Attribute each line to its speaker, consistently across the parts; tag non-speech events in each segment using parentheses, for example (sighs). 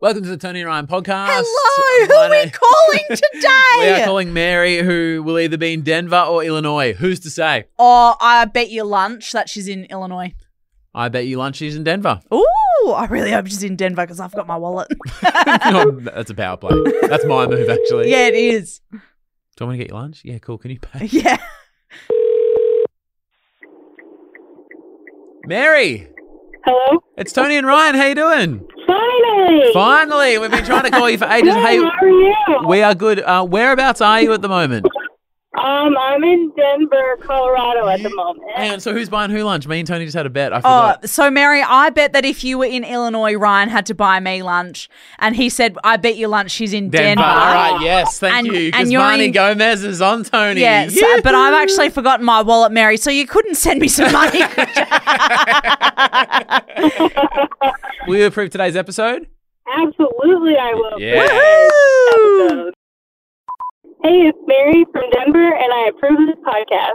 Speaker 1: Welcome to the Tony and Ryan podcast.
Speaker 2: Hello, who
Speaker 1: My
Speaker 2: are we
Speaker 1: name-
Speaker 2: (laughs) calling today?
Speaker 1: We are calling Mary, who will either be in Denver or Illinois. Who's to say?
Speaker 2: oh, I bet you lunch that she's in Illinois.
Speaker 1: I bet you lunch is in
Speaker 2: (laughs)
Speaker 1: Denver. (laughs)
Speaker 2: Ooh, I really hope she's in Denver because I've got my (laughs) wallet.
Speaker 1: Oh, that's a power play. That's my move, actually.
Speaker 2: yeah, it is. (laughs)
Speaker 1: Do I want to get your lunch? Yeah, cool. Can you pay?
Speaker 2: Yeah.
Speaker 1: Mary,
Speaker 3: Hello?
Speaker 1: it's Tony and Ryan. How you doing?
Speaker 3: Finally!
Speaker 1: Finally, we've been trying to call you for ages.
Speaker 3: Good, (laughs)
Speaker 1: Hey,
Speaker 3: how are you?
Speaker 1: we are good. Uh, whereabouts are you at the moment?
Speaker 3: um, I'm in Denver, Colorado at the moment.
Speaker 1: Hang on. So who's buying who lunch? Me and Tony just had a bet. I
Speaker 2: Oh,
Speaker 1: forgot.
Speaker 2: so Mary, I bet that if you were in Illinois, Ryan had to buy me lunch, and he said, "I bet you lunch she's in Denver."
Speaker 1: All right. Yes. Thank
Speaker 2: And-
Speaker 1: you.
Speaker 2: and
Speaker 1: Because
Speaker 2: you're
Speaker 1: Marnie
Speaker 2: in-
Speaker 1: Gomez is on Tony. (laughs)
Speaker 2: Yeah, so-
Speaker 1: Yee-hoo.
Speaker 2: but I've actually forgotten my wallet, Mary. So you couldn't send me some (laughs) money.
Speaker 1: Will you approve today's episode?
Speaker 3: Absolutely, I will.
Speaker 1: Yeah.
Speaker 3: So- Hey, it's Mary from Denver, and I approve of this podcast.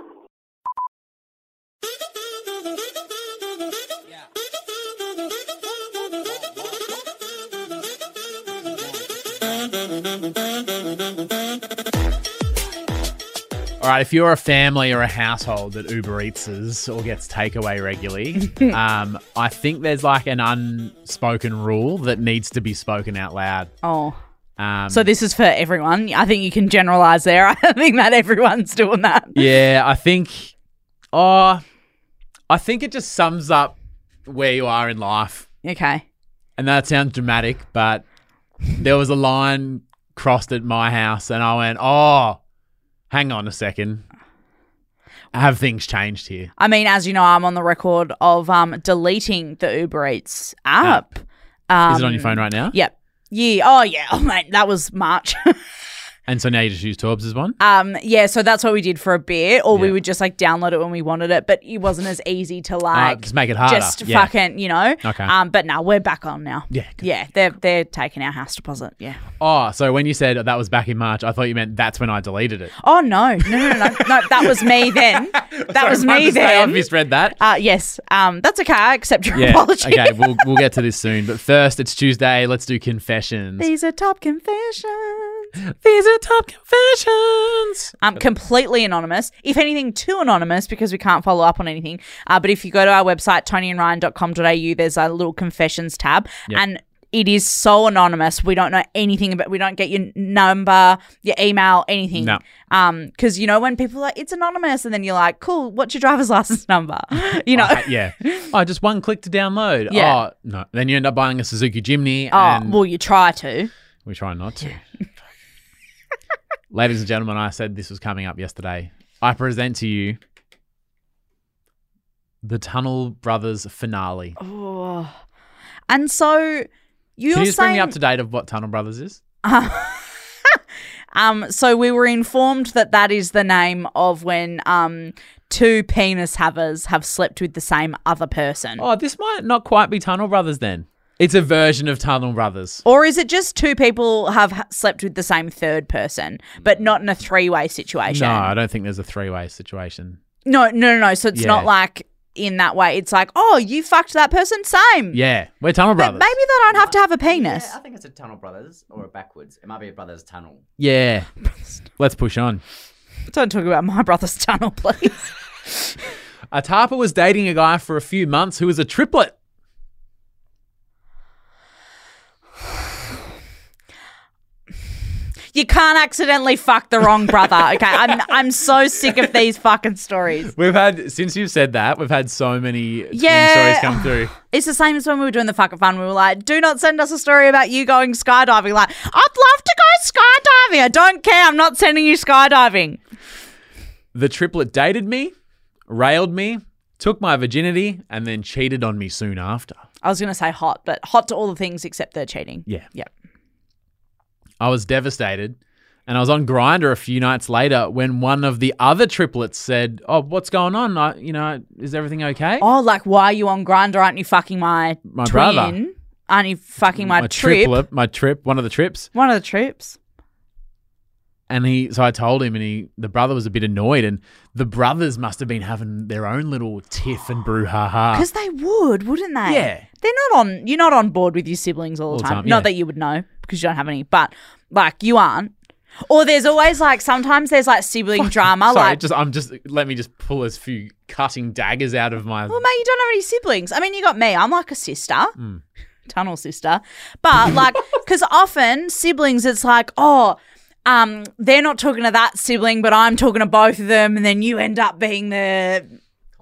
Speaker 1: All right, if you're a family or a household that Uber Eatses or gets takeaway (laughs) regularly, um, I think there's like an unspoken rule that needs to be spoken out loud.
Speaker 2: oh,
Speaker 1: Um,
Speaker 2: so this is for everyone. I think you can generalize there. (laughs) I think that everyone's doing that.
Speaker 1: yeah, I think, oh, I think it just sums up where you are in life.
Speaker 2: Okay.
Speaker 1: And that sounds dramatic, but there was a line crossed at my house, and I went, oh, hang on a second. Have things changed here?
Speaker 2: I mean, as you know, I'm on the record of um, deleting the Uber Eats app. Um,
Speaker 1: Is it on your phone right now?
Speaker 2: Yep. Yeah. Oh, yeah. (laughs) Oh, mate, that was March. (laughs)
Speaker 1: And so now you just use Torbs as one?
Speaker 2: um, yeah. So that's what we did for a bit, or we
Speaker 1: Yeah.
Speaker 2: would just like download it when we wanted it, but it wasn't as easy to
Speaker 1: Uh,
Speaker 2: like
Speaker 1: just make it harder.
Speaker 2: just
Speaker 1: yeah.
Speaker 2: fucking, you know.
Speaker 1: Okay.
Speaker 2: Um, but now we're back on now.
Speaker 1: Yeah.
Speaker 2: Yeah, they're they're taking our house deposit. Yeah.
Speaker 1: Oh, so when you said that was back in March, I thought you meant that's when I deleted it.
Speaker 2: Oh no, no, no, no, no, no that was me then. That
Speaker 1: (laughs) Sorry,
Speaker 2: was
Speaker 1: my
Speaker 2: me
Speaker 1: mistake, I
Speaker 2: then.
Speaker 1: misread that.
Speaker 2: uh, yes. Um, that's okay. I accept your
Speaker 1: yeah.
Speaker 2: apology.
Speaker 1: Okay, we'll, we'll get to this soon. But first, it's Tuesday. Let's do confessions.
Speaker 2: (laughs) These are top confessions.
Speaker 1: These are top confessions.
Speaker 2: Um, completely anonymous. If anything, too anonymous because we can't follow up on anything. Uh, but if you go to our website, tonyandryan.com.au, there's a little confessions tab. And it is so anonymous. We don't know anything about, we don't get your number, your email, anything.
Speaker 1: No.
Speaker 2: Um, Because, you know, when people are like, it's anonymous. And then you're like, cool, what's your driver's (laughs) license number? You know?
Speaker 1: Uh, yeah. Oh, just one click to download.
Speaker 2: Yeah.
Speaker 1: Oh, no. Then you end up buying a Suzuki Jimny.
Speaker 2: Oh,
Speaker 1: and
Speaker 2: well, you try to.
Speaker 1: we try not to. (laughs) Ladies and gentlemen, I said this was coming up yesterday. I present to you the Tunnel Brothers finale.
Speaker 2: Oh. And so you're
Speaker 1: Can you just
Speaker 2: saying.
Speaker 1: bring me up to date of what Tunnel Brothers is?
Speaker 2: Um, so we were informed that that is the name of when um, two penis havers have slept with the same other person.
Speaker 1: Oh, this might not quite be Tunnel Brothers then. It's a version of Tunnel Brothers.
Speaker 2: Or is it just two people have ha- slept with the same third person, but not in a three way situation?
Speaker 1: No, I don't think there's a three way situation.
Speaker 2: no, no, no, no. So it's
Speaker 1: Yeah.
Speaker 2: not like in that way. It's like, oh, you fucked that person, same.
Speaker 1: Yeah, we're Tunnel
Speaker 2: But
Speaker 1: Brothers.
Speaker 2: maybe they don't have to have a penis.
Speaker 4: Yeah, I think it's a Tunnel Brothers or a backwards. It might be a Brothers Tunnel.
Speaker 1: Yeah. Let's push on.
Speaker 2: Don't talk about my brother's tunnel, please.
Speaker 1: A tarpa was dating a guy for a few months who was a triplet.
Speaker 2: (laughs) you can't accidentally fuck the wrong brother. Okay, I'm I'm so sick of these fucking stories.
Speaker 1: We've had since you've said that, we've had so many twin
Speaker 2: Yeah.
Speaker 1: stories come through.
Speaker 2: It's the same as when we were doing the fucking fun. We were like, do not send us a story about you going skydiving. Like, I'd love to go skydiving. I don't care. I'm not sending you skydiving.
Speaker 1: The triplet dated me, railed me, took my virginity, and then cheated on me soon after.
Speaker 2: I was going to say hot, but hot to all the things except they're cheating.
Speaker 1: Yeah.
Speaker 2: Yep.
Speaker 1: I was devastated. And I was on Grinder a few nights later when one of the other triplets said, "Oh, what's going on? I, you know, is everything okay?"
Speaker 2: Oh, like, why are you on Grinder? Aren't you fucking my,
Speaker 1: My
Speaker 2: twin?
Speaker 1: brother.
Speaker 2: Aren't you fucking my, trip?
Speaker 1: triplet, my trip, one of the trips.
Speaker 2: One of the trips.
Speaker 1: And he, so I told him, and he, the brother was a bit annoyed, and the brothers must have been having their own little tiff and brouhaha.
Speaker 2: Because they would, wouldn't they?
Speaker 1: Ah. Yeah.
Speaker 2: They're not on. You're not on board with your siblings all the time.
Speaker 1: time, yeah.
Speaker 2: Not that you would know because you don't have any, but like you aren't. Or there's always like sometimes there's like sibling drama.
Speaker 1: Sorry,
Speaker 2: like,
Speaker 1: just I'm just let me just pull as few cutting daggers out of my.
Speaker 2: well, mate, you don't have any siblings. I mean, you got me. I'm like a sister.
Speaker 1: Mm.
Speaker 2: (laughs) Tunnel sister,
Speaker 1: (laughs)
Speaker 2: but like, because often siblings, it's like, oh, um, they're not talking to that sibling, but I'm talking to both of them, and then you end up being the,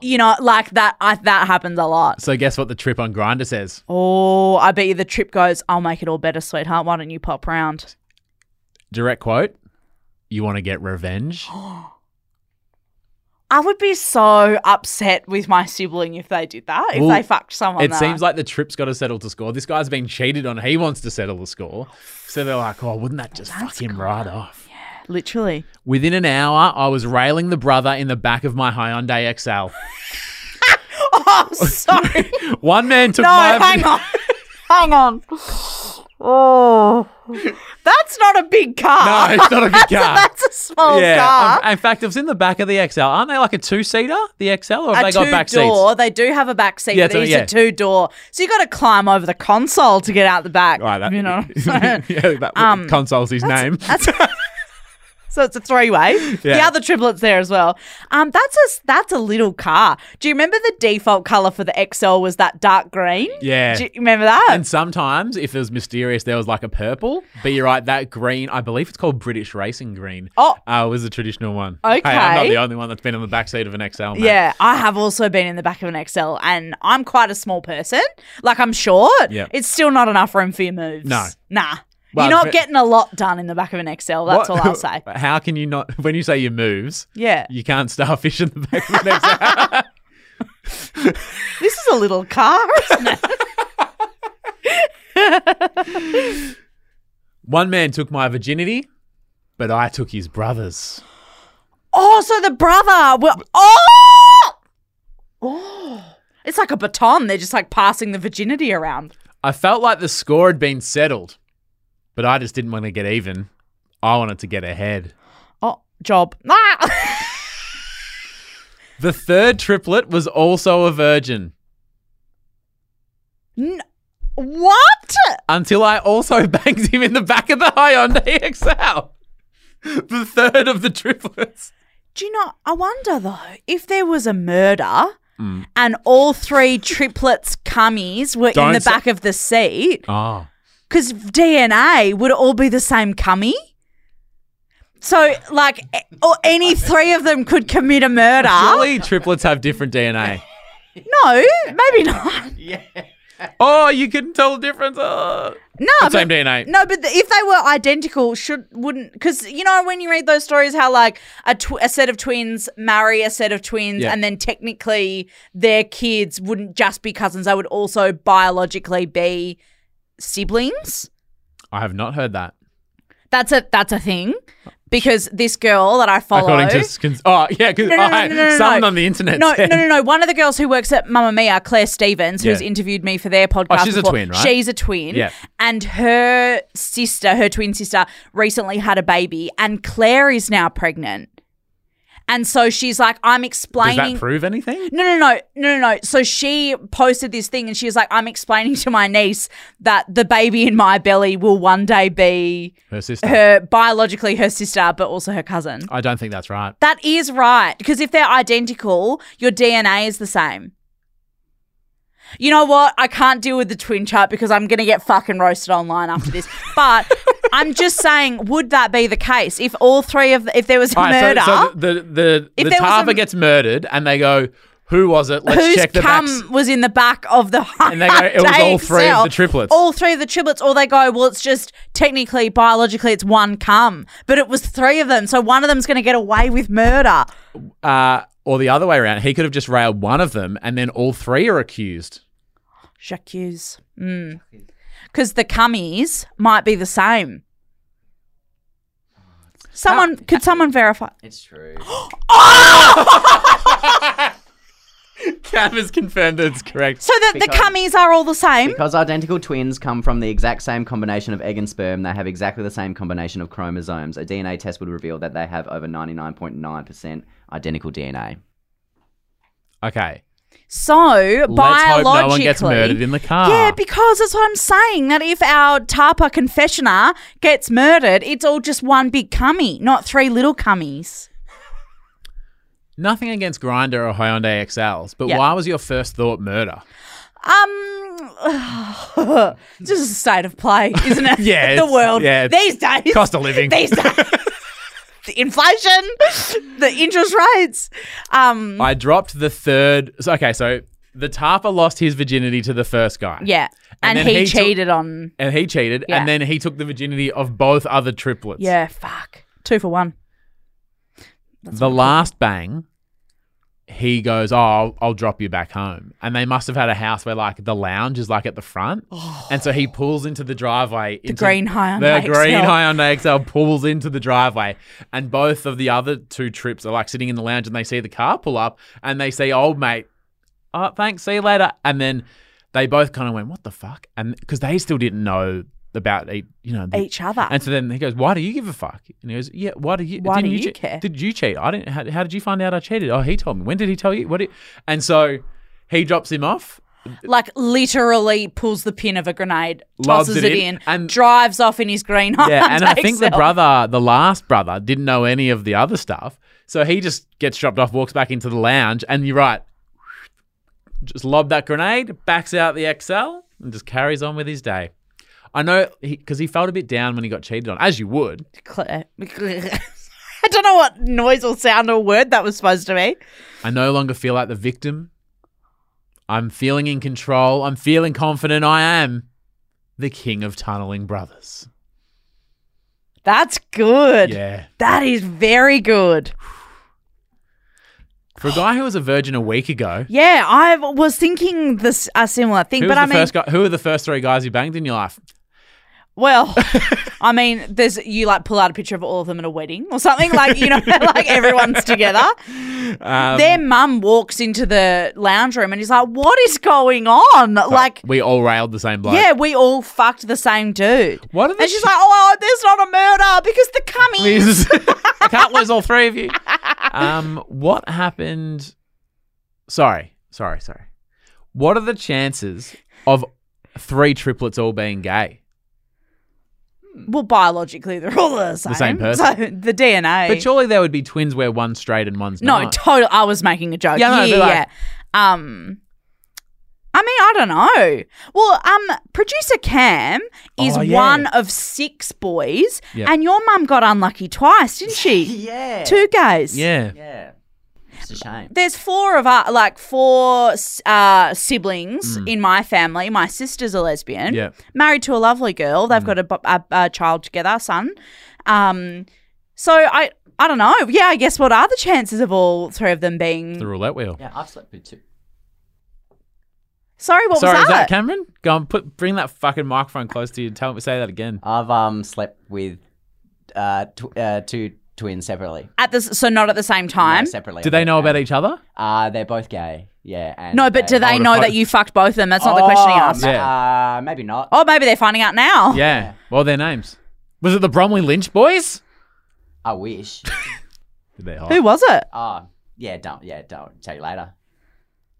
Speaker 2: you know, like that. I, that happens a lot.
Speaker 1: so guess what the trip on Grinder says?
Speaker 2: Oh, I bet you the trip goes, I'll make it all better, sweetheart. Why don't you pop round?
Speaker 1: Direct quote: "You want to get revenge?
Speaker 2: Oh, I would be so upset with my sibling if they did that, if
Speaker 1: Well,
Speaker 2: they fucked someone.
Speaker 1: it seems like the trip's got to settle to score. This guy's been cheated on. He wants to settle the score. So they're like, oh, wouldn't that just fuck him right off? (laughs)
Speaker 2: like. Literally.
Speaker 1: Within an hour, I was railing the brother in the back of my Hyundai
Speaker 2: (laughs)
Speaker 1: XL.
Speaker 2: Oh, sorry.
Speaker 1: One man took
Speaker 2: no,
Speaker 1: my.
Speaker 2: hang on. hang on. (laughs) Oh. That's not a big car. (laughs)
Speaker 1: No, it's not a big
Speaker 2: That's
Speaker 1: car.
Speaker 2: that's a small
Speaker 1: Yeah.
Speaker 2: car.
Speaker 1: um, in fact, it was in the back of the XL. Aren't they like a two seater? The XL, or have
Speaker 2: a
Speaker 1: they got back
Speaker 2: two-door.
Speaker 1: seats?
Speaker 2: They do have a back seat,
Speaker 1: Yeah,
Speaker 2: but
Speaker 1: so-
Speaker 2: it's
Speaker 1: yeah.
Speaker 2: a two-door. So you got to climb over the console to get out the back.
Speaker 1: Right, that, (laughs)
Speaker 2: you know.
Speaker 1: yeah, that
Speaker 2: Um,
Speaker 1: console's his name.
Speaker 2: That's- (laughs) so it's a three way. The
Speaker 1: Yeah.
Speaker 2: other triplets there as well. Um, that's a that's a little car. Do you remember the default color for the XL was that dark green?
Speaker 1: Yeah.
Speaker 2: Do you remember that?
Speaker 1: And sometimes, if it was mysterious, there was like a purple. But you're right, that green, I believe it's called British Racing Green.
Speaker 2: Oh.
Speaker 1: uh, was the traditional one.
Speaker 2: Okay.
Speaker 1: Hey, I'm not the only one that's been on the backseat of an XL. Mate.
Speaker 2: yeah, I have also been in the back of an XL, and I'm quite a small person. Like I'm short.
Speaker 1: Yeah.
Speaker 2: It's still not enough room for your moves.
Speaker 1: No.
Speaker 2: Nah.
Speaker 1: Well,
Speaker 2: You're
Speaker 1: but-
Speaker 2: not getting a lot done in the back of an XL. That's
Speaker 1: What-
Speaker 2: all I'll say.
Speaker 1: (laughs) How can you not? When you say your moves, (laughs)
Speaker 2: Yeah.
Speaker 1: you can't starfish in the back of an XL.
Speaker 2: This is a little car, isn't it?
Speaker 1: (laughs) one man took my virginity, but I took his brother's.
Speaker 2: Oh, so the brother. Well, oh, oh, it's like a baton. They're just like passing the virginity around.
Speaker 1: I felt like the score had been settled, but I just didn't want to get even. I wanted to get ahead.
Speaker 2: Oh, job. Ah. (laughs)
Speaker 1: The third triplet was also a virgin.
Speaker 2: N- what?
Speaker 1: until I also (laughs) banged him in the back of the Hyundai XL. The third of the triplets.
Speaker 2: Do you know? I wonder though if there was a murder.
Speaker 1: Mm.
Speaker 2: And all three triplets cummies were in
Speaker 1: Don't
Speaker 2: the
Speaker 1: say-
Speaker 2: back of the seat
Speaker 1: Oh.
Speaker 2: because DNA would all be the same cummy. So, like, a- or any three of them could commit a murder.
Speaker 1: Surely triplets have different DNA.
Speaker 2: No, maybe not.
Speaker 4: (laughs) Yeah.
Speaker 1: Oh, you couldn't tell the difference. Oh.
Speaker 2: No,
Speaker 1: But
Speaker 2: but-
Speaker 1: same DNA.
Speaker 2: No, but the, if they were identical, should wouldn't because you know when you read those stories how like a, tw- a set of twins marry a set of twins
Speaker 1: Yeah.
Speaker 2: and then technically their kids wouldn't just be cousins; they would also biologically be siblings.
Speaker 1: I have not heard that.
Speaker 2: That's a that's a thing because this girl that I follow.
Speaker 1: According to s- cons- oh yeah, because
Speaker 2: No, no, no, no, no, no,
Speaker 1: someone
Speaker 2: no.
Speaker 1: on the internet.
Speaker 2: No, no,
Speaker 1: said-
Speaker 2: no, no. One of the girls who works at Mamma Mia, Claire Stevens, who's
Speaker 1: Yeah.
Speaker 2: interviewed me for their podcast.
Speaker 1: Oh, she's a
Speaker 2: before,
Speaker 1: twin, right?
Speaker 2: She's a twin.
Speaker 1: Yeah.
Speaker 2: And her sister, her twin sister, recently had a baby, and Claire is now pregnant. And so she's like, I'm
Speaker 1: Does
Speaker 2: explaining.
Speaker 1: that prove anything?
Speaker 2: No, no, no, no, no, no. So she posted this thing and she was like, I'm explaining to my niece that the baby in my belly will one day be
Speaker 1: Her sister.
Speaker 2: her biologically her sister, but also her cousin.
Speaker 1: I don't think that's right.
Speaker 2: That is right. Because if they're identical, your DNA is the same. You know what? I can't deal with the twin chart because I'm going to get fucking roasted online after
Speaker 1: (laughs)
Speaker 2: this. But I'm just saying, would that be the case if all three of the, if there was a
Speaker 1: All right,
Speaker 2: murder?
Speaker 1: so, so the the the,
Speaker 2: If
Speaker 1: the
Speaker 2: there was a-
Speaker 1: tarver gets murdered and they go, who was it? Let's
Speaker 2: Whose
Speaker 1: check the
Speaker 2: cum
Speaker 1: backs.
Speaker 2: was in the back of the
Speaker 1: And they go, it was all three of the triplets.
Speaker 2: All three of the triplets, or they go, well, it's just technically, biologically, it's one cum, but it was three of them, so one of them's going to get away with murder.
Speaker 1: Uh, or the other way around. He could have just railed one of them and then all three are accused.
Speaker 2: J'accuse. Mm. Because the cummies might be the same.
Speaker 1: Ah.
Speaker 2: (gasps) Someone could someone verify?
Speaker 4: It's true.
Speaker 1: (laughs) Cam has confirmed that it's correct.
Speaker 2: So that the
Speaker 4: Because-
Speaker 2: cummies are all the same.
Speaker 4: Because identical twins come from the exact same combination of egg and sperm, they have exactly the same combination of chromosomes. A DNA test would reveal that they have over 99.9% identical DNA.
Speaker 1: Okay.
Speaker 2: So
Speaker 1: Let's
Speaker 2: biologically,
Speaker 1: hope no one gets murdered in the car.
Speaker 2: yeah, because that's what I'm saying. That if our Tapa confessioner gets murdered, it's all just one big cummy, not three little cummies. (laughs)
Speaker 1: Nothing against Grinder or Hyundai XLs, but
Speaker 2: Yeah.
Speaker 1: why was your first thought
Speaker 2: (laughs)
Speaker 1: murder?
Speaker 2: Um, just a state of play, isn't
Speaker 1: (laughs)
Speaker 2: it?
Speaker 1: Yeah,
Speaker 2: (laughs) the
Speaker 1: it's-
Speaker 2: world
Speaker 1: yeah, it's-
Speaker 2: these days.
Speaker 1: Cost of living. (laughs)
Speaker 2: these days. the inflation, the interest rates. Um,
Speaker 1: I dropped the third. so- Okay, so the Tarpa lost his virginity to the first guy.
Speaker 2: yeah,
Speaker 1: And
Speaker 2: and,
Speaker 1: then
Speaker 2: he,
Speaker 1: he took-
Speaker 2: cheated on.
Speaker 1: And he cheated,
Speaker 2: Yeah.
Speaker 1: and then he took the virginity of both other triplets.
Speaker 2: Yeah, fuck, two for one.
Speaker 1: the last bang, he goes, "Oh, I'll, I'll drop you back home." And they must have had a house where like the lounge is like at the front, and so he pulls into the driveway. Oh. The
Speaker 2: green Hyundai
Speaker 1: The green
Speaker 2: XL.
Speaker 1: Hyundai XL pulls into the driveway, and both of the other two trips are like sitting in the lounge, and they see the car pull up, and they say, "Old mate, oh thanks, see you later," and then they both kind of went, "What the fuck?" And because they still didn't know about e- you know the,
Speaker 2: Each other.
Speaker 1: and so then he goes, "Why do you give a fuck?" And he goes, "Yeah, why do you?
Speaker 2: Why
Speaker 1: didn't
Speaker 2: do you
Speaker 1: cheat?
Speaker 2: care?"
Speaker 1: Did you cheat? I didn't. How, how did you find out I cheated? Oh, he told me. When did he tell you? What? Did, and so he drops him
Speaker 2: (laughs)
Speaker 1: off.
Speaker 2: like literally pulls the pin of a grenade,
Speaker 1: Lobs
Speaker 2: tosses
Speaker 1: it
Speaker 2: it,
Speaker 1: in,
Speaker 2: in,
Speaker 1: and-
Speaker 2: drives off in his green Hyundai.
Speaker 1: Yeah,
Speaker 2: (laughs)
Speaker 1: and I think the
Speaker 2: Excel.
Speaker 1: brother, the last brother, didn't know any of the other stuff. So he just gets dropped off, walks back into the lounge, and you're right. Just lob that grenade, backs out the XL, and just carries on with his day. I know because he felt a bit down when he got cheated on, as you would.
Speaker 2: Clear. (laughs) I don't know what noise or sound or word that was supposed to be.
Speaker 1: I no longer feel like the victim. I'm feeling in control. I'm feeling confident. I am the king of tunneling brothers.
Speaker 2: That's good.
Speaker 1: Yeah.
Speaker 2: That is very good.
Speaker 1: For a guy who was a virgin a week ago,
Speaker 2: Yeah, I was thinking this a similar thing,
Speaker 1: who, was
Speaker 2: but
Speaker 1: the
Speaker 2: I mean,
Speaker 1: first guy, who were the first three guys you banged in your life? (laughs)
Speaker 2: well, I mean, there's you like pull out a picture of all of them at a wedding or something, like you know, (laughs) like everyone's together.
Speaker 1: Um,
Speaker 2: Their mum walks into the lounge room and is like, "What is going on?" Like,
Speaker 1: we all railed the same bloke.
Speaker 2: yeah, we all fucked the same dude.
Speaker 1: What are the (laughs)
Speaker 2: And she's like, "Oh, there's not a murder because the cummies."
Speaker 1: Jesus. (laughs) I can't lose all three of
Speaker 2: (laughs)
Speaker 1: you. Um, what happened? Sorry, sorry, sorry. What are the chances of three triplets all being gay?
Speaker 2: Well, biologically, they're all the same. (laughs)
Speaker 1: same person.
Speaker 2: So the DNA.
Speaker 1: But surely there would be twins where one's straight and one's
Speaker 2: no,
Speaker 1: not.
Speaker 2: total. I was making a joke.
Speaker 1: Yeah,
Speaker 2: Yeah,
Speaker 1: no,
Speaker 2: yeah,
Speaker 1: but like-
Speaker 2: yeah. Um, I mean, I don't know. Well, um, producer Cam is
Speaker 1: Oh, yeah.
Speaker 2: one of six boys,
Speaker 1: Yeah.
Speaker 2: and your mum got unlucky twice, didn't
Speaker 1: (laughs)
Speaker 2: she?
Speaker 4: Yeah.
Speaker 2: Two gays.
Speaker 1: yeah.
Speaker 4: Yeah. It's a shame.
Speaker 2: There's four of our, like four uh, siblings in my family. My sister's a lesbian.
Speaker 1: Mm. Yeah. Mm.
Speaker 2: married to a lovely girl. They've got a, bu- a, a child together, a son. Um, so I, I don't know. Yeah, I guess what are the chances of all three of them being?
Speaker 1: The roulette wheel.
Speaker 4: Yeah, I've slept with two.
Speaker 2: Sorry, what
Speaker 1: Sorry,
Speaker 2: was
Speaker 1: is that
Speaker 2: that?
Speaker 1: Cameron? Go on, put bring that fucking microphone close to you. Tell me, say that again.
Speaker 4: I've um slept with uh, tw- uh two twins separately.
Speaker 2: at this, so not at the same time.
Speaker 4: No, separately.
Speaker 1: Do they know about each other?
Speaker 4: Uh, they're both gay. Yeah. And
Speaker 2: No, but do they
Speaker 1: Older
Speaker 2: know
Speaker 1: folk.
Speaker 2: that you fucked both of them? That's not the question he
Speaker 4: Oh,
Speaker 2: asked.
Speaker 4: ma-
Speaker 1: Yeah.
Speaker 4: Uh, maybe not.
Speaker 2: Oh, maybe they're finding out now.
Speaker 1: Yeah. What are their names? Was it the Bromley Lynch boys?
Speaker 4: I wish.
Speaker 1: Did they hide?
Speaker 2: Who was it?
Speaker 4: oh, yeah. Don't. Yeah. Don't. Tell you later.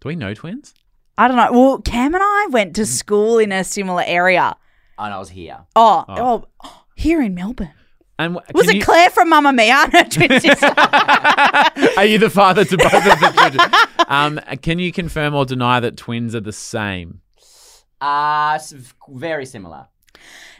Speaker 1: Do we know twins?
Speaker 2: I don't know. Well, Cam and I went to school in a similar area.
Speaker 4: And I was here.
Speaker 2: Oh, oh, here in Melbourne.
Speaker 1: And wh-
Speaker 2: Was
Speaker 1: can
Speaker 2: it Claire from Mamma Mia (laughs) and her twin sister?
Speaker 1: you- (laughs) Are you the father to both of the children?
Speaker 2: (laughs)
Speaker 1: Um, can you confirm or deny that twins are the same?
Speaker 4: Uh, s- very similar.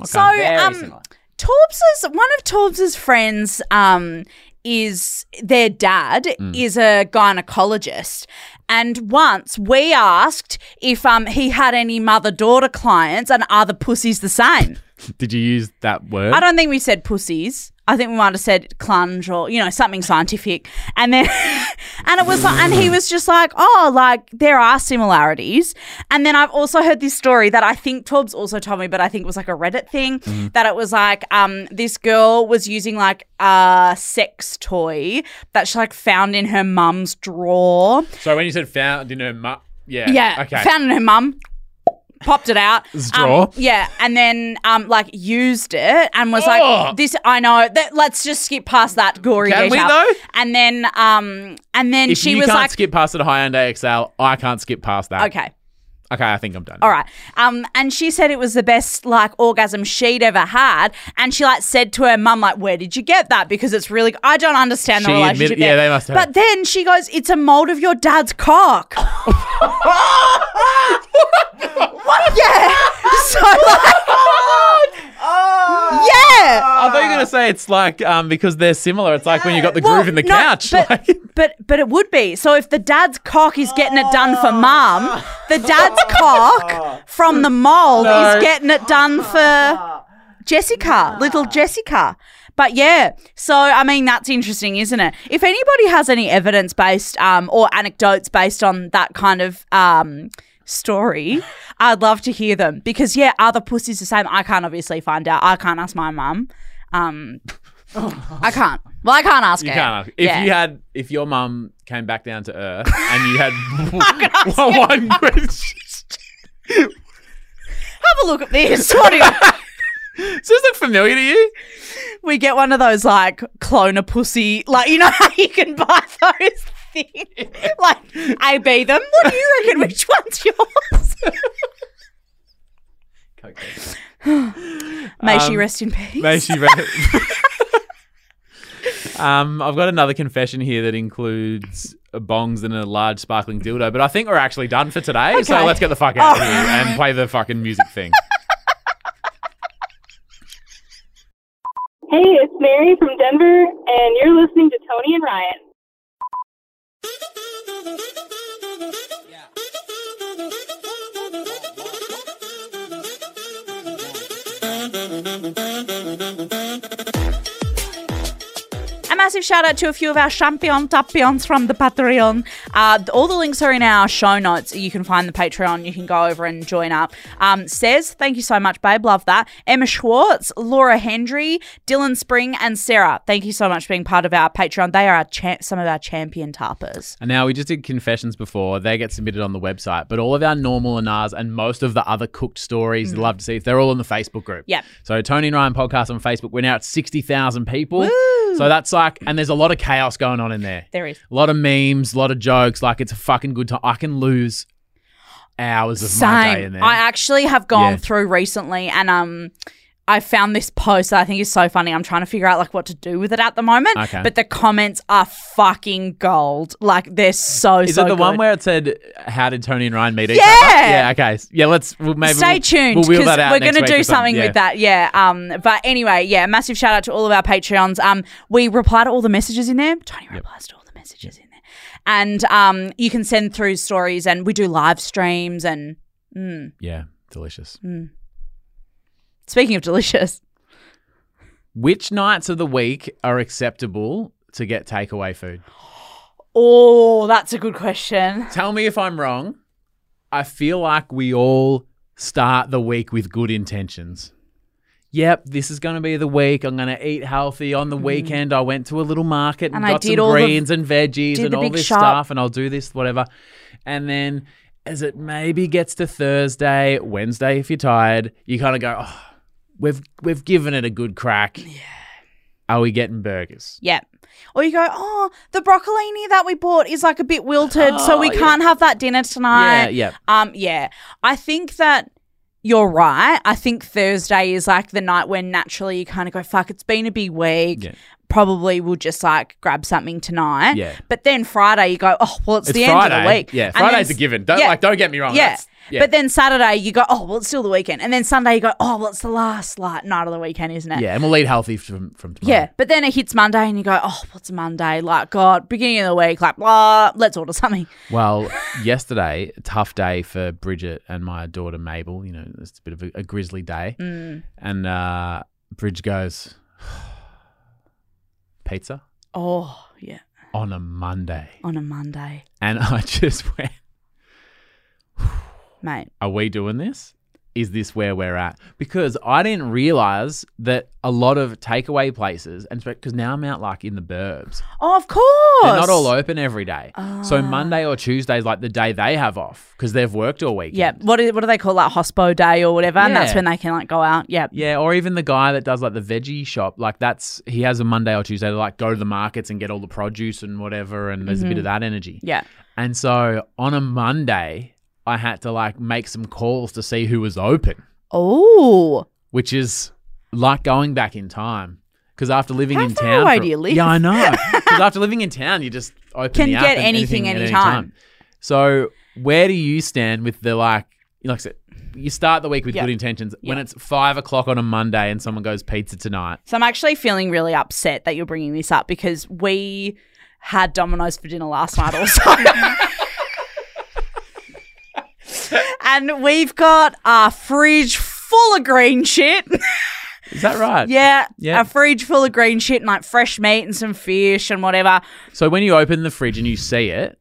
Speaker 2: So,
Speaker 4: Very
Speaker 2: um,
Speaker 4: similar.
Speaker 2: Torbs's one of Torbs's friends um is their dad is a gynecologist and once we asked if um he had any mother daughter clients and are the pussies the same
Speaker 1: Did you use that word?
Speaker 2: i don't think we said pussies I think we might have said clunge or you know something scientific, and then (laughs) and it was like, and he was just like, oh, like there are similarities. And then I've also heard this story that I think Torbs also told me, but I think it was like a Reddit thing that it was like um this girl was using like a sex toy that she like found in her mum's drawer.
Speaker 1: So when you said found in her mu- yeah,
Speaker 2: Yeah.
Speaker 1: okay,
Speaker 2: Found it in her mum. Popped it out.
Speaker 1: This
Speaker 2: um,
Speaker 1: drawer?
Speaker 2: yeah. And then um like used it and was
Speaker 1: Oh.
Speaker 2: like, this I know that let's just skip past that gory
Speaker 1: Can we,
Speaker 2: detail.
Speaker 1: though?
Speaker 2: And then um and then
Speaker 1: if
Speaker 2: she
Speaker 1: you
Speaker 2: was
Speaker 1: can't
Speaker 2: like
Speaker 1: skip past it, Hyundai XL, I can't skip past that.
Speaker 2: Okay.
Speaker 1: okay, I think I'm done.
Speaker 2: All right. Um, and she said it was the best like orgasm she'd ever had. And she like said to her mum, like, where did you get that? Because it's really I don't understand the
Speaker 1: She admitted-
Speaker 2: relationship.
Speaker 1: yeah,
Speaker 2: there.
Speaker 1: they must have.
Speaker 2: But then she goes, It's a mold of your
Speaker 1: (laughs)
Speaker 2: dad's cock. what? (laughs) Yeah. (laughs) So
Speaker 1: (laughs)
Speaker 2: like (laughs) Yeah.
Speaker 1: I thought you were gonna say it's like um, because they're similar. It's like when you got the groove
Speaker 2: Well,
Speaker 1: in the
Speaker 2: no,
Speaker 1: couch. (laughs)
Speaker 2: But,
Speaker 1: like-
Speaker 2: but but it would be. So if the dad's cock is getting it done for mum, the dad's cock from the mold
Speaker 1: No.
Speaker 2: is getting it done for Jessica, little Jessica. But yeah, so I mean that's interesting, isn't it? If anybody has any evidence based um, or anecdotes based on that kind of um, story, I'd love to hear them because yeah, are the pussies the same? I can't obviously find out. I can't ask my mum. Um, I can't. Well, I can't ask
Speaker 1: You
Speaker 2: her.
Speaker 1: can't. ask. If
Speaker 2: Yeah.
Speaker 1: you had, if your mum came back down to earth
Speaker 2: (laughs)
Speaker 1: and you had
Speaker 2: Oh,
Speaker 1: (laughs) one, one question,
Speaker 2: Have a look at this. (laughs) What do you-
Speaker 1: does this look familiar to you?
Speaker 2: we get one of those like clone a pussy, like you know how you can buy those things, like A B them. What do you (laughs) reckon? Which one's yours? May she
Speaker 1: Um,
Speaker 2: rest in peace.
Speaker 1: No, she read it. (laughs) um, I've got another confession here that includes uh, bongs and a large sparkling dildo, but I think we're actually done for today. So
Speaker 2: Okay.
Speaker 1: let's get the fuck out of here and play the fucking music thing.
Speaker 3: Hey, it's Mary from Denver, and you're listening to Tony and Ryan.
Speaker 2: A massive shout out to a few of our champion tapions from the Patreon. Uh, all the links are in our show notes. You can find the Patreon. You can go over and join up. Um, says, thank you so much, babe. Love that. Emma Schwartz, Laura Hendry, Dylan Spring, and Sarah. Thank you so much for being part of our Patreon. They are our cha- some of our champion tarpers.
Speaker 1: And now we just did confessions before. They get submitted on the website, but all of our normal Anars and most of the other cooked stories,
Speaker 2: Mm.
Speaker 1: you'd love to see if they're all in the Facebook group.
Speaker 2: Yep.
Speaker 1: So Tony and Ryan podcast on Facebook. We're now at 60,000 people. So that's like, and there's a lot of chaos going on in there.
Speaker 2: There is.
Speaker 1: A lot of memes, a lot of jokes. Like it's a fucking good time. I can lose hours of my day in
Speaker 2: Same.
Speaker 1: there.
Speaker 2: I actually have gone
Speaker 1: Yeah.
Speaker 2: through recently and um I found this post that I think is so funny. I'm trying to figure out like what to do with it at the moment.
Speaker 1: Okay.
Speaker 2: But the comments are fucking gold. Like they're so
Speaker 1: is
Speaker 2: so
Speaker 1: it the one
Speaker 2: good.
Speaker 1: where it said, "How did Tony and Ryan meet each
Speaker 2: Yeah.
Speaker 1: other?" Yeah. Okay. Yeah. Let's we'll, maybe
Speaker 2: Stay
Speaker 1: we'll,
Speaker 2: tuned
Speaker 1: We'll wheel
Speaker 2: because
Speaker 1: that out
Speaker 2: we're
Speaker 1: next
Speaker 2: gonna
Speaker 1: week
Speaker 2: do
Speaker 1: or
Speaker 2: something
Speaker 1: Yeah.
Speaker 2: with that. Yeah. Um. But anyway, yeah. Massive shout out to all of our Patreons. Um. We reply to all the messages in there. Tony replies to all the messages in there, and um. You can send through stories, and we do live streams. And
Speaker 1: Yeah. Delicious.
Speaker 2: speaking of delicious,
Speaker 1: Which nights of the week are acceptable to get takeaway food?
Speaker 2: oh, that's a good question.
Speaker 1: Tell me if I'm wrong. I feel like we all start the week with good intentions. Yep, this is going to be the week. I'm going to eat healthy. On the weekend, I went to a little market and,
Speaker 2: Mm. And I
Speaker 1: got
Speaker 2: did
Speaker 1: some
Speaker 2: all the-
Speaker 1: greens and veggies
Speaker 2: did
Speaker 1: and
Speaker 2: the
Speaker 1: all
Speaker 2: big
Speaker 1: this
Speaker 2: shop.
Speaker 1: stuff, and I'll do this, whatever. And then as it maybe gets to Thursday, Wednesday, if you're tired, you kind of go, oh, we've, we've given it a good crack. Yeah. Are we getting burgers?
Speaker 2: Yeah. Or you go, oh, the broccolini that we bought is like a bit wilted, so we can't have that dinner tonight.
Speaker 1: Oh, Yeah, yeah.
Speaker 2: Um, yeah. I think that you're right. I think Thursday is like the night when naturally you kind of go, fuck, it's been a big week.
Speaker 1: Yeah.
Speaker 2: Probably we'll just like grab something tonight.
Speaker 1: Yeah.
Speaker 2: But then Friday you go, oh, well, it's,
Speaker 1: It's
Speaker 2: the
Speaker 1: Friday.
Speaker 2: end of the week.
Speaker 1: Yeah,
Speaker 2: And
Speaker 1: Friday's
Speaker 2: then-
Speaker 1: a given. Don't
Speaker 2: yeah.
Speaker 1: like. Don't get me wrong.
Speaker 2: Yeah.
Speaker 1: That's- yeah.
Speaker 2: But then Saturday you go, oh, well, it's still the weekend. And then Sunday you go, oh, well, it's the last like, night of the weekend, isn't it?
Speaker 1: yeah, and we'll eat healthy from from tomorrow.
Speaker 2: Yeah, but then it hits Monday and you go, oh, what's Monday? Like, God, beginning of the week, like, blah, let's
Speaker 1: (laughs)
Speaker 2: order something. (laughs)
Speaker 1: Well, yesterday, a tough day for Bridget and my daughter Mabel. You know, Mm. it's a bit of a, a grisly day. And uh, Bridge goes, (sighs) pizza
Speaker 2: Oh, yeah.
Speaker 1: on a Monday.
Speaker 2: On a Monday.
Speaker 1: And (laughs) I just went,
Speaker 2: Mate.
Speaker 1: are we doing this? Is this where we're at? Because I didn't realize that a lot of takeaway places, and because now I'm out like in the burbs,
Speaker 2: Oh, of course. Ah.
Speaker 1: they're not all open every day. So Monday or Tuesday is like the day they have off because they've worked all weekend.
Speaker 2: Yeah. What, is, what do they call that? Hospo day or whatever. And that's
Speaker 1: Yeah.
Speaker 2: when they can like go out. Yeah.
Speaker 1: Yeah, or even the guy that does like the veggie shop, like that's he has a Monday or Tuesday to like go to the markets and get all the produce and whatever, and there's a bit of that energy.
Speaker 2: Yeah.
Speaker 1: And so on a Monday, I had to like make some calls to see who was open,
Speaker 2: Oh.
Speaker 1: which is like going back in time. Because after living
Speaker 2: How
Speaker 1: in
Speaker 2: far
Speaker 1: town,
Speaker 2: away
Speaker 1: for-
Speaker 2: do you live?
Speaker 1: Yeah, I
Speaker 2: (laughs)
Speaker 1: know. Because after living in town, you just open
Speaker 2: Can
Speaker 1: the app
Speaker 2: get
Speaker 1: and
Speaker 2: anything,
Speaker 1: at any
Speaker 2: anytime.
Speaker 1: time. So where do you stand with the like? Like I said, you start the week with
Speaker 2: Yeah.
Speaker 1: good intentions. When
Speaker 2: Yeah.
Speaker 1: it's five o'clock on a Monday and someone goes pizza tonight,
Speaker 2: So I'm actually feeling really upset that you're bringing this up because we had Domino's for dinner last night also. (laughs) and we've got our fridge full of green shit. (laughs)
Speaker 1: is that right?
Speaker 2: yeah,
Speaker 1: Yeah.
Speaker 2: A fridge full of green shit and like fresh meat and some fish and whatever.
Speaker 1: So when you open the fridge and you see it,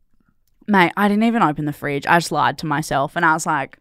Speaker 2: Mate, I didn't even open the fridge. I just lied to myself and I was like,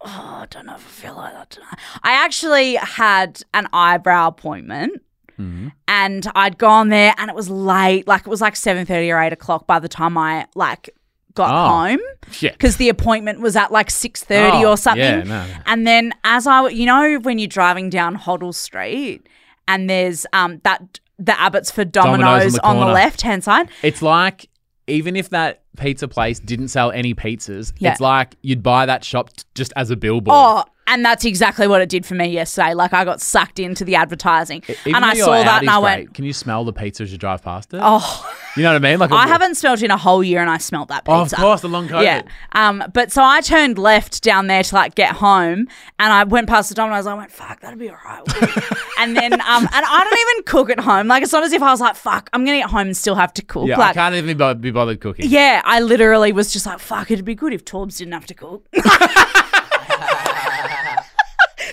Speaker 2: oh, I don't know if I feel like that tonight. I actually had an eyebrow appointment
Speaker 1: Mm-hmm.
Speaker 2: and I'd gone there and it was late. Like it was like seven thirty or eight o'clock by the time I like got
Speaker 1: Oh.
Speaker 2: home
Speaker 1: shit.
Speaker 2: because the appointment was at like six thirty
Speaker 1: Oh,
Speaker 2: or something.
Speaker 1: yeah, no, no.
Speaker 2: And then as I, you know, when you're driving down Hoddle Street and there's um that the Abbotsford
Speaker 1: Domino's
Speaker 2: Domino's,
Speaker 1: on the
Speaker 2: on the,
Speaker 1: corner.
Speaker 2: left hand side.
Speaker 1: It's like even if that pizza place didn't sell any pizzas,
Speaker 2: Yeah.
Speaker 1: it's like you'd buy that shop t- just as a billboard.
Speaker 2: Oh. And that's exactly what it did for me yesterday. Like I got sucked into the advertising,
Speaker 1: E-, Even
Speaker 2: and I
Speaker 1: though your
Speaker 2: saw that,
Speaker 1: Audi's
Speaker 2: and I
Speaker 1: great,
Speaker 2: went,
Speaker 1: "Can you smell the pizza as you drive past it?"
Speaker 2: "Oh,
Speaker 1: You know what I mean? Like
Speaker 2: I haven't smelled in a whole year, and I smelled that pizza."
Speaker 1: Oh, of course, the long COVID.
Speaker 2: Yeah. Um, but so I turned left down there to like get home and I went past the Domino's. I went, fuck, that'll be all right. won't it?" and then, um, and I don't even cook at home. Like, it's not as if I was like, fuck, I'm going to get home and still have to cook.
Speaker 1: Yeah, I
Speaker 2: like,
Speaker 1: can't even bo- be bothered cooking.
Speaker 2: yeah, I literally was just like, fuck, it'd be good if Torbs didn't have to cook. (laughs)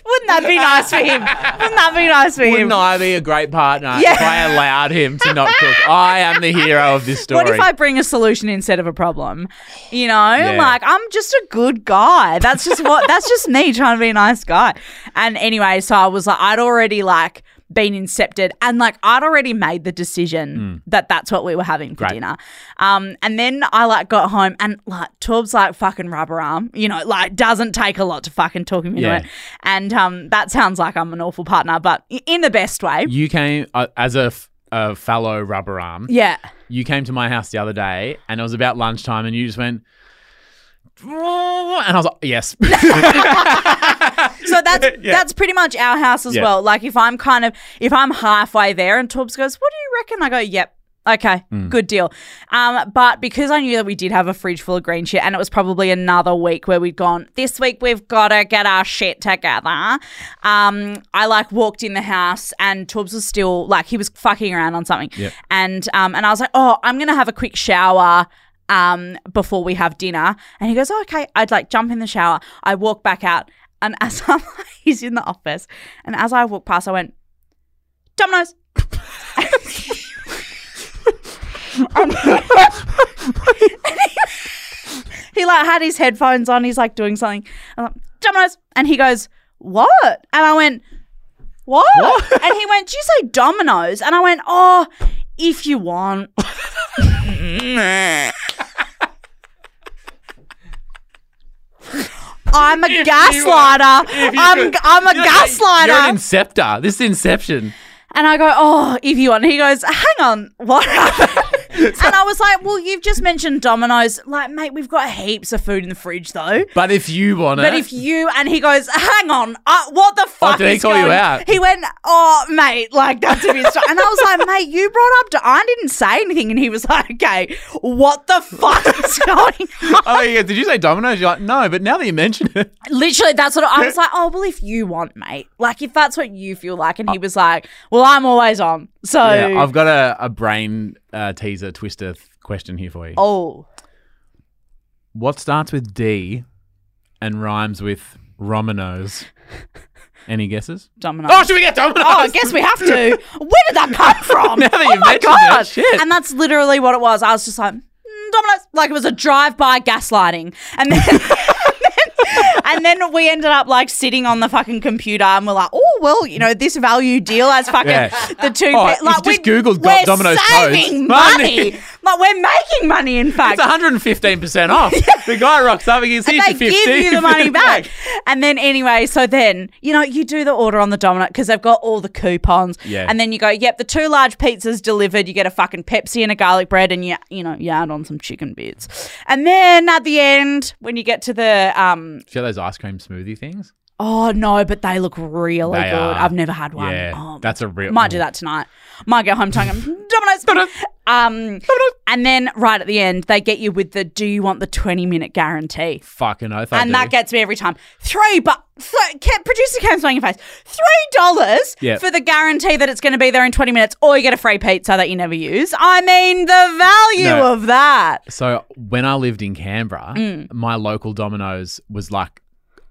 Speaker 2: Wouldn't that be nice for him? Wouldn't that be nice for him?
Speaker 1: Wouldn't I be a great partner
Speaker 2: Yeah.
Speaker 1: if I allowed him to not cook?
Speaker 2: (laughs)
Speaker 1: I am the hero of this story.
Speaker 2: What if I bring a solution instead of a problem? You know,
Speaker 1: Yeah.
Speaker 2: like I'm just a good guy. That's just what that's just me trying to be a nice guy. And anyway, so I was like, I'd already like been incepted and like I'd already made the decision that that's what we were having for
Speaker 1: Hmm. Great.
Speaker 2: dinner. Um, and then I like got home and like Torb's like fucking rubber arm, you know, like doesn't take a lot to fucking talk him into
Speaker 1: Yeah.
Speaker 2: it. And um, that sounds like I'm an awful partner, but i- in the best way.
Speaker 1: you came uh, as a, f- a fellow rubber arm.
Speaker 2: Yeah.
Speaker 1: you came to my house the other day and it was about lunchtime and you just went and I was like, yes.
Speaker 2: So that's that's pretty much our house as
Speaker 1: Yeah.
Speaker 2: well. Like if I'm kind of if I'm halfway there and Torbs goes, "What do you reckon?" I go, "Yep." Okay, good deal. Um, but because I knew that we did have a fridge full of green shit, and it was probably another week where we'd gone, this week we've got to get our shit together. Um, I like walked in the house, and Torbs was still like he was fucking around on something,
Speaker 1: Yep.
Speaker 2: and um, and I was like, oh, I'm gonna have a quick shower um, before we have dinner. And he goes, oh, okay. I'd like jump in the shower. I walk back out, and as (laughs) I'm, he's in the office, and as I walk past, I went, Domino's. And- he like had his headphones on. He's like doing something. I'm like, Domino's, and he goes, what? And I went, what? and he went, did you say Domino's? And I went, oh, if you want. I'm a gaslighter. I'm I'm a (laughs) gaslighter.
Speaker 1: You're an inceptor. This is inception.
Speaker 2: And I go, oh, if you want. He goes, hang on, what?
Speaker 1: (laughs)
Speaker 2: and I was like, well, you've just mentioned Domino's. Like, mate, we've got heaps of food in the fridge, though.
Speaker 1: But if you want
Speaker 2: But
Speaker 1: it,
Speaker 2: if you and he goes, hang on, uh, what the fuck?
Speaker 1: Oh, did he
Speaker 2: is
Speaker 1: call you
Speaker 2: going-"
Speaker 1: out?
Speaker 2: He went, oh mate, like that's a bit. str-" and I was like, mate, you brought up. Do- I didn't say anything, and he was like, okay, what the fuck is (laughs) going on?
Speaker 1: oh yeah, did you say Domino's? You're like, no. But now that you mention it,
Speaker 2: Literally, that's what I was like. Oh well, if you want, mate, like if that's what you feel like. And he was like, well, I'm always on. So
Speaker 1: Uh, yeah, I've got a, a brain uh, teaser twister th- question here for you.
Speaker 2: oh. (laughs)
Speaker 1: What starts with D and rhymes with Romanos? Any guesses?
Speaker 2: Domino.
Speaker 1: Oh, should we get Domino's? (laughs)
Speaker 2: Oh, I guess we have to. Where did that come from?
Speaker 1: Now that
Speaker 2: oh
Speaker 1: you've
Speaker 2: my
Speaker 1: mentioned
Speaker 2: god!
Speaker 1: it, shit.
Speaker 2: And that's literally what it was. I was just like, mm, Domino's, like it was a drive-by gaslighting, and then. (laughs) And then we ended up like sitting on the fucking computer, and we're like, "Oh well, you know this value deal as fucking
Speaker 1: Yeah.
Speaker 2: the two
Speaker 1: Oh,
Speaker 2: pe-
Speaker 1: if you
Speaker 2: like
Speaker 1: just
Speaker 2: we-
Speaker 1: Googled
Speaker 2: we're
Speaker 1: Domino's codes,
Speaker 2: saving
Speaker 1: money.
Speaker 2: money. like we're making money. In fact,
Speaker 1: It's 115%
Speaker 2: (laughs)
Speaker 1: off. the guy rocks up and he's here's
Speaker 2: they
Speaker 1: your 50.
Speaker 2: give you the
Speaker 1: (laughs)
Speaker 2: money back. And then anyway, so then you know you do the order on the Domino's because they've got all the coupons.
Speaker 1: Yeah.
Speaker 2: And then you go, yep, the two large pizzas delivered. You get a fucking Pepsi and a garlic bread, and you you know you add on some chicken bits. And then at the end, when you get to the um,
Speaker 1: Do you have those ice cream smoothie things?
Speaker 2: oh no, but they look really
Speaker 1: They
Speaker 2: good.
Speaker 1: are.
Speaker 2: I've never had one.
Speaker 1: Yeah,
Speaker 2: Oh,
Speaker 1: that's a real.
Speaker 2: might do that tonight. Might get home tongue. (laughs) Domino's.
Speaker 1: Domino's.
Speaker 2: Um, and then right at the end, they get you with the "Do you want the twenty minute guarantee?"
Speaker 1: Fucking oath. I
Speaker 2: and
Speaker 1: do.
Speaker 2: that gets me every time. Three, but producer Cam's on your face. Three dollars
Speaker 1: Yeah.
Speaker 2: for the guarantee that it's going to be there in twenty minutes, or you get a free pizza that you never use. I mean, the value
Speaker 1: No.
Speaker 2: of that.
Speaker 1: So when I lived in Canberra,
Speaker 2: Mm.
Speaker 1: my local Domino's was like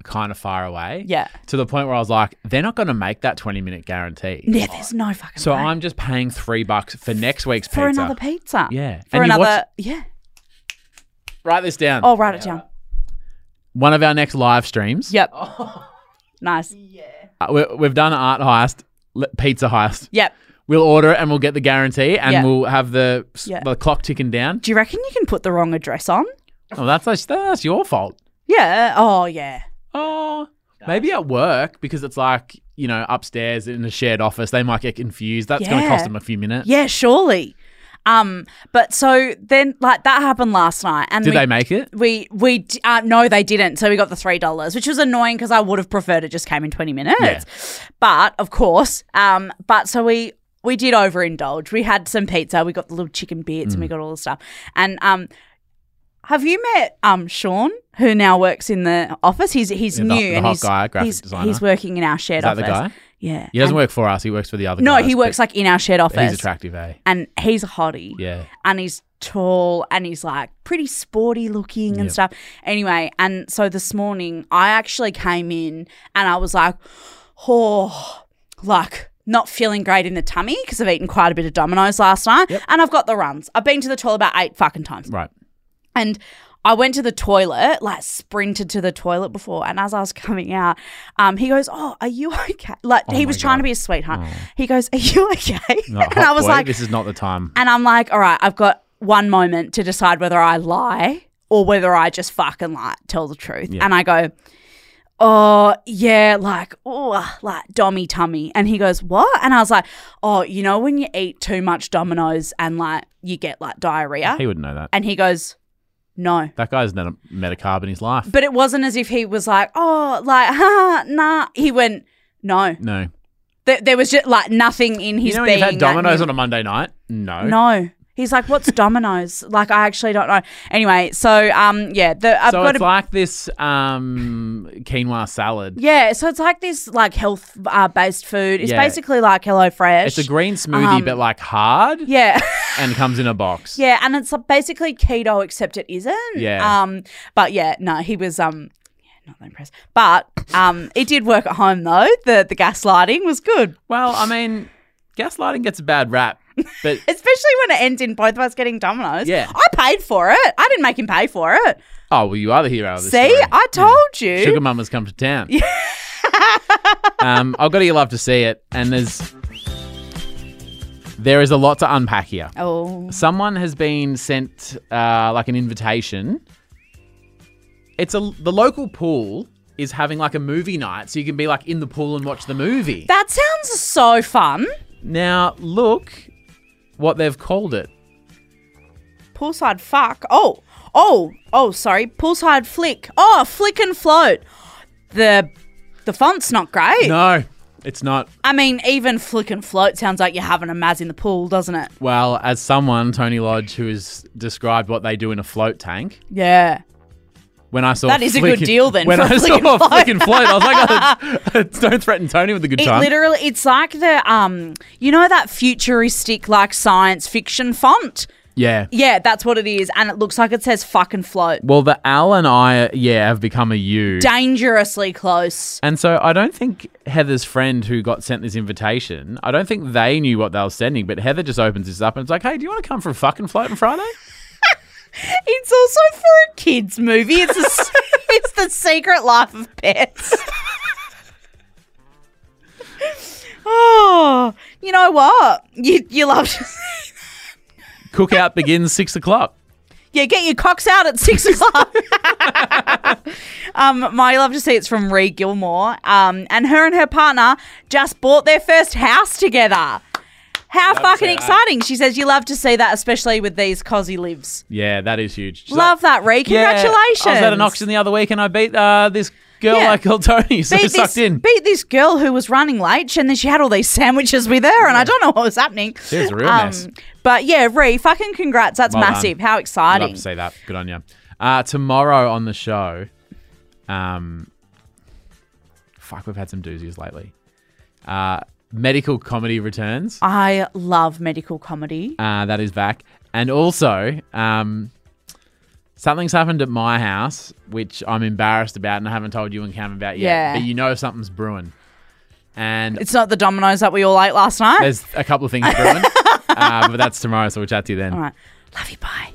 Speaker 1: kind of far away.
Speaker 2: Yeah.
Speaker 1: To the point where I was like, they're not going to make that 20 minute guarantee.
Speaker 2: Yeah, there's no fucking.
Speaker 1: So
Speaker 2: way.
Speaker 1: I'm just paying three bucks for next week's
Speaker 2: for
Speaker 1: pizza.
Speaker 2: another pizza.
Speaker 1: Yeah.
Speaker 2: for
Speaker 1: And you
Speaker 2: another.
Speaker 1: watch-
Speaker 2: yeah.
Speaker 1: Write this down.
Speaker 2: Oh, write it down.
Speaker 1: One of our next live streams.
Speaker 2: Yep.
Speaker 1: Oh.
Speaker 2: (laughs) Nice.
Speaker 1: Uh, we, we've done art heist, li- pizza heist.
Speaker 2: Yep.
Speaker 1: We'll order it and we'll get the guarantee and
Speaker 2: Yeah.
Speaker 1: we'll have the, s-
Speaker 2: Yeah.
Speaker 1: the clock ticking down.
Speaker 2: Do you reckon you can put the wrong address on?
Speaker 1: Oh, that's, that's, that's your fault.
Speaker 2: Yeah. Oh, yeah.
Speaker 1: Oh, maybe at work because it's like, you know, upstairs in a shared office, they might get confused. That's going to
Speaker 2: Yeah.
Speaker 1: cost them a few minutes.
Speaker 2: Yeah, surely. Um, but so then, like that happened last night, and
Speaker 1: Did
Speaker 2: we,
Speaker 1: they make it?
Speaker 2: We we d- uh, no, they didn't. So we got the three dollars, which was annoying because I would have preferred it just came in twenty minutes.
Speaker 1: Yeah.
Speaker 2: But of course, um, but so we we did overindulge. We had some pizza. We got the little chicken bits,
Speaker 1: Mm.
Speaker 2: and we got all the stuff. And um, have you met um Sean, who now works in the office? He's he's
Speaker 1: Yeah, the-
Speaker 2: new
Speaker 1: the
Speaker 2: and
Speaker 1: hot
Speaker 2: he's,
Speaker 1: guy, graphic
Speaker 2: he's
Speaker 1: designer.
Speaker 2: he's working in our
Speaker 1: Is
Speaker 2: shared
Speaker 1: that the
Speaker 2: office.
Speaker 1: guy?
Speaker 2: Yeah,
Speaker 1: He doesn't
Speaker 2: And-
Speaker 1: work for us. He works for the other
Speaker 2: No,
Speaker 1: guys,
Speaker 2: he
Speaker 1: but
Speaker 2: works like in our shared office
Speaker 1: He's attractive, eh?
Speaker 2: and he's a hottie.
Speaker 1: Yeah.
Speaker 2: And he's tall and he's like pretty sporty looking and stuff. Anyway, and so this morning I actually came in and I was like, oh, like not feeling great in the tummy because I've eaten quite a bit of Domino's last night and I've got the runs. I've been to the toilet about eight fucking times.
Speaker 1: Right.
Speaker 2: And I went to the toilet, like sprinted to the toilet before. And as I was coming out, um, he goes, Oh, are you okay? Like,
Speaker 1: Oh
Speaker 2: he was trying to be a sweetheart. He goes, Are you okay?
Speaker 1: Not
Speaker 2: (laughs) (laughs) and
Speaker 1: Oh.
Speaker 2: I
Speaker 1: hot
Speaker 2: was
Speaker 1: boy.
Speaker 2: like,
Speaker 1: this is not the time.
Speaker 2: and I'm like, all right, I've got one moment to decide whether I lie or whether I just fucking lie, tell the truth. And I go, oh, yeah, like, oh, like dommy tummy. And he goes, what? And I was like, oh, you know, when you eat too much Domino's and like you get like diarrhea.
Speaker 1: He wouldn't know that.
Speaker 2: and he goes, no.
Speaker 1: That guy's never met a carb in his life.
Speaker 2: But it wasn't as if he was like, oh, like, (laughs) ha, nah. He went, no.
Speaker 1: no.
Speaker 2: Th- there was just like nothing in his
Speaker 1: you know when
Speaker 2: being.
Speaker 1: you've had
Speaker 2: that
Speaker 1: Domino's
Speaker 2: knew-
Speaker 1: on a Monday night? No.
Speaker 2: No. He's like, what's Domino's? Like, I actually don't know. Anyway, so um, yeah, the I've
Speaker 1: so
Speaker 2: got
Speaker 1: it's
Speaker 2: a,
Speaker 1: like this um, quinoa salad.
Speaker 2: yeah, so it's like this like health uh, based food. It's
Speaker 1: Yeah.
Speaker 2: basically like Hello Fresh.
Speaker 1: It's a green smoothie,
Speaker 2: Um,
Speaker 1: but like hard
Speaker 2: yeah, (laughs)
Speaker 1: and comes in a box.
Speaker 2: yeah, and it's like basically keto, except it isn't.
Speaker 1: Yeah.
Speaker 2: Um, but yeah, no, he was um, yeah, not that impressed. But um, it did work at home though. The the gaslighting was good,
Speaker 1: Well, I mean, gaslighting gets a bad rap,
Speaker 2: (laughs)
Speaker 1: but
Speaker 2: especially when it ends in both of us getting Domino's.
Speaker 1: Yeah.
Speaker 2: I paid for it. I didn't make him pay for it.
Speaker 1: oh, well, you are the hero of
Speaker 2: See,
Speaker 1: this story.
Speaker 2: I told you.
Speaker 1: Sugar Mama's come to town.
Speaker 2: (laughs)
Speaker 1: um, I've got to love to see it, and there's there is a lot to unpack here.
Speaker 2: oh.
Speaker 1: Someone has been sent uh, like an invitation. It's a the local pool is having like a movie night, so you can be like in the pool and watch the movie.
Speaker 2: That sounds so fun.
Speaker 1: now look what they've called it.
Speaker 2: Poolside fuck. Oh, oh, oh, sorry. Poolside flick. Oh, flick and float. The the font's not great.
Speaker 1: No, it's not.
Speaker 2: I mean, even flick and float sounds like you're having a maz in the pool, doesn't it?
Speaker 1: Well, as someone, Tony Lodge, who has described what they do in a float tank,
Speaker 2: Yeah.
Speaker 1: when I saw
Speaker 2: That is a
Speaker 1: Flick
Speaker 2: good
Speaker 1: and-
Speaker 2: deal then
Speaker 1: When
Speaker 2: for
Speaker 1: I
Speaker 2: Flick
Speaker 1: saw
Speaker 2: and Float.
Speaker 1: Flick and Float, I was like, oh,
Speaker 2: (laughs)
Speaker 1: (laughs) it's- don't threaten Tony with a good
Speaker 2: It
Speaker 1: time.
Speaker 2: literally it's like the um you know that futuristic like science fiction font?
Speaker 1: Yeah.
Speaker 2: Yeah, that's what it is. And it looks like it says fucking float.
Speaker 1: Well, the Al and I, yeah, have become a you.
Speaker 2: Dangerously close.
Speaker 1: And so I don't think Heather's friend who got sent this invitation, I don't think they knew what they were sending, but Heather just opens this up and it's like, hey, do you want to come for a fucking float on Friday?
Speaker 2: It's also for a kids movie. It's a s it's the Secret Life of Pets. oh, you know what? You you love.
Speaker 1: Cookout begins six o'clock.
Speaker 2: (laughs) Yeah, get your cocks out at six o'clock. (laughs) um, my love to see it's from Ree Gilmore. Um, and her and her partner just bought their first house together. How fucking exciting! She says you love to see that, especially with these cosy lives.
Speaker 1: Yeah, that is huge. She's
Speaker 2: love that, Ree.
Speaker 1: like, "Yeah,
Speaker 2: Congratulations!
Speaker 1: I was at an auction the other week and I beat uh, this girl
Speaker 2: Yeah.
Speaker 1: I called Tony, (laughs) so
Speaker 2: beat
Speaker 1: sucked
Speaker 2: this,
Speaker 1: in.
Speaker 2: beat this girl who was running late, and then she had all these (laughs) sandwiches with her, and I don't know what was happening. Um,
Speaker 1: It was a real mess.
Speaker 2: But yeah, Ree, fucking congrats. That's
Speaker 1: Well done.
Speaker 2: massive. How
Speaker 1: I'd love
Speaker 2: exciting.
Speaker 1: to see that. Good on you. Uh, tomorrow on the show, um, fuck, we've had some doozies lately. Uh, medical comedy returns.
Speaker 2: I love medical comedy.
Speaker 1: Uh, that is back. And also, um, something's happened at my house, which I'm embarrassed about and I haven't told you and Cam about yet.
Speaker 2: Yeah.
Speaker 1: But you know something's brewing. And
Speaker 2: It's not the dominoes that we all ate last night. (laughs)
Speaker 1: there's a couple of things brewing. uh, but that's tomorrow, so we'll chat to you then.
Speaker 2: all right. Love you. Bye.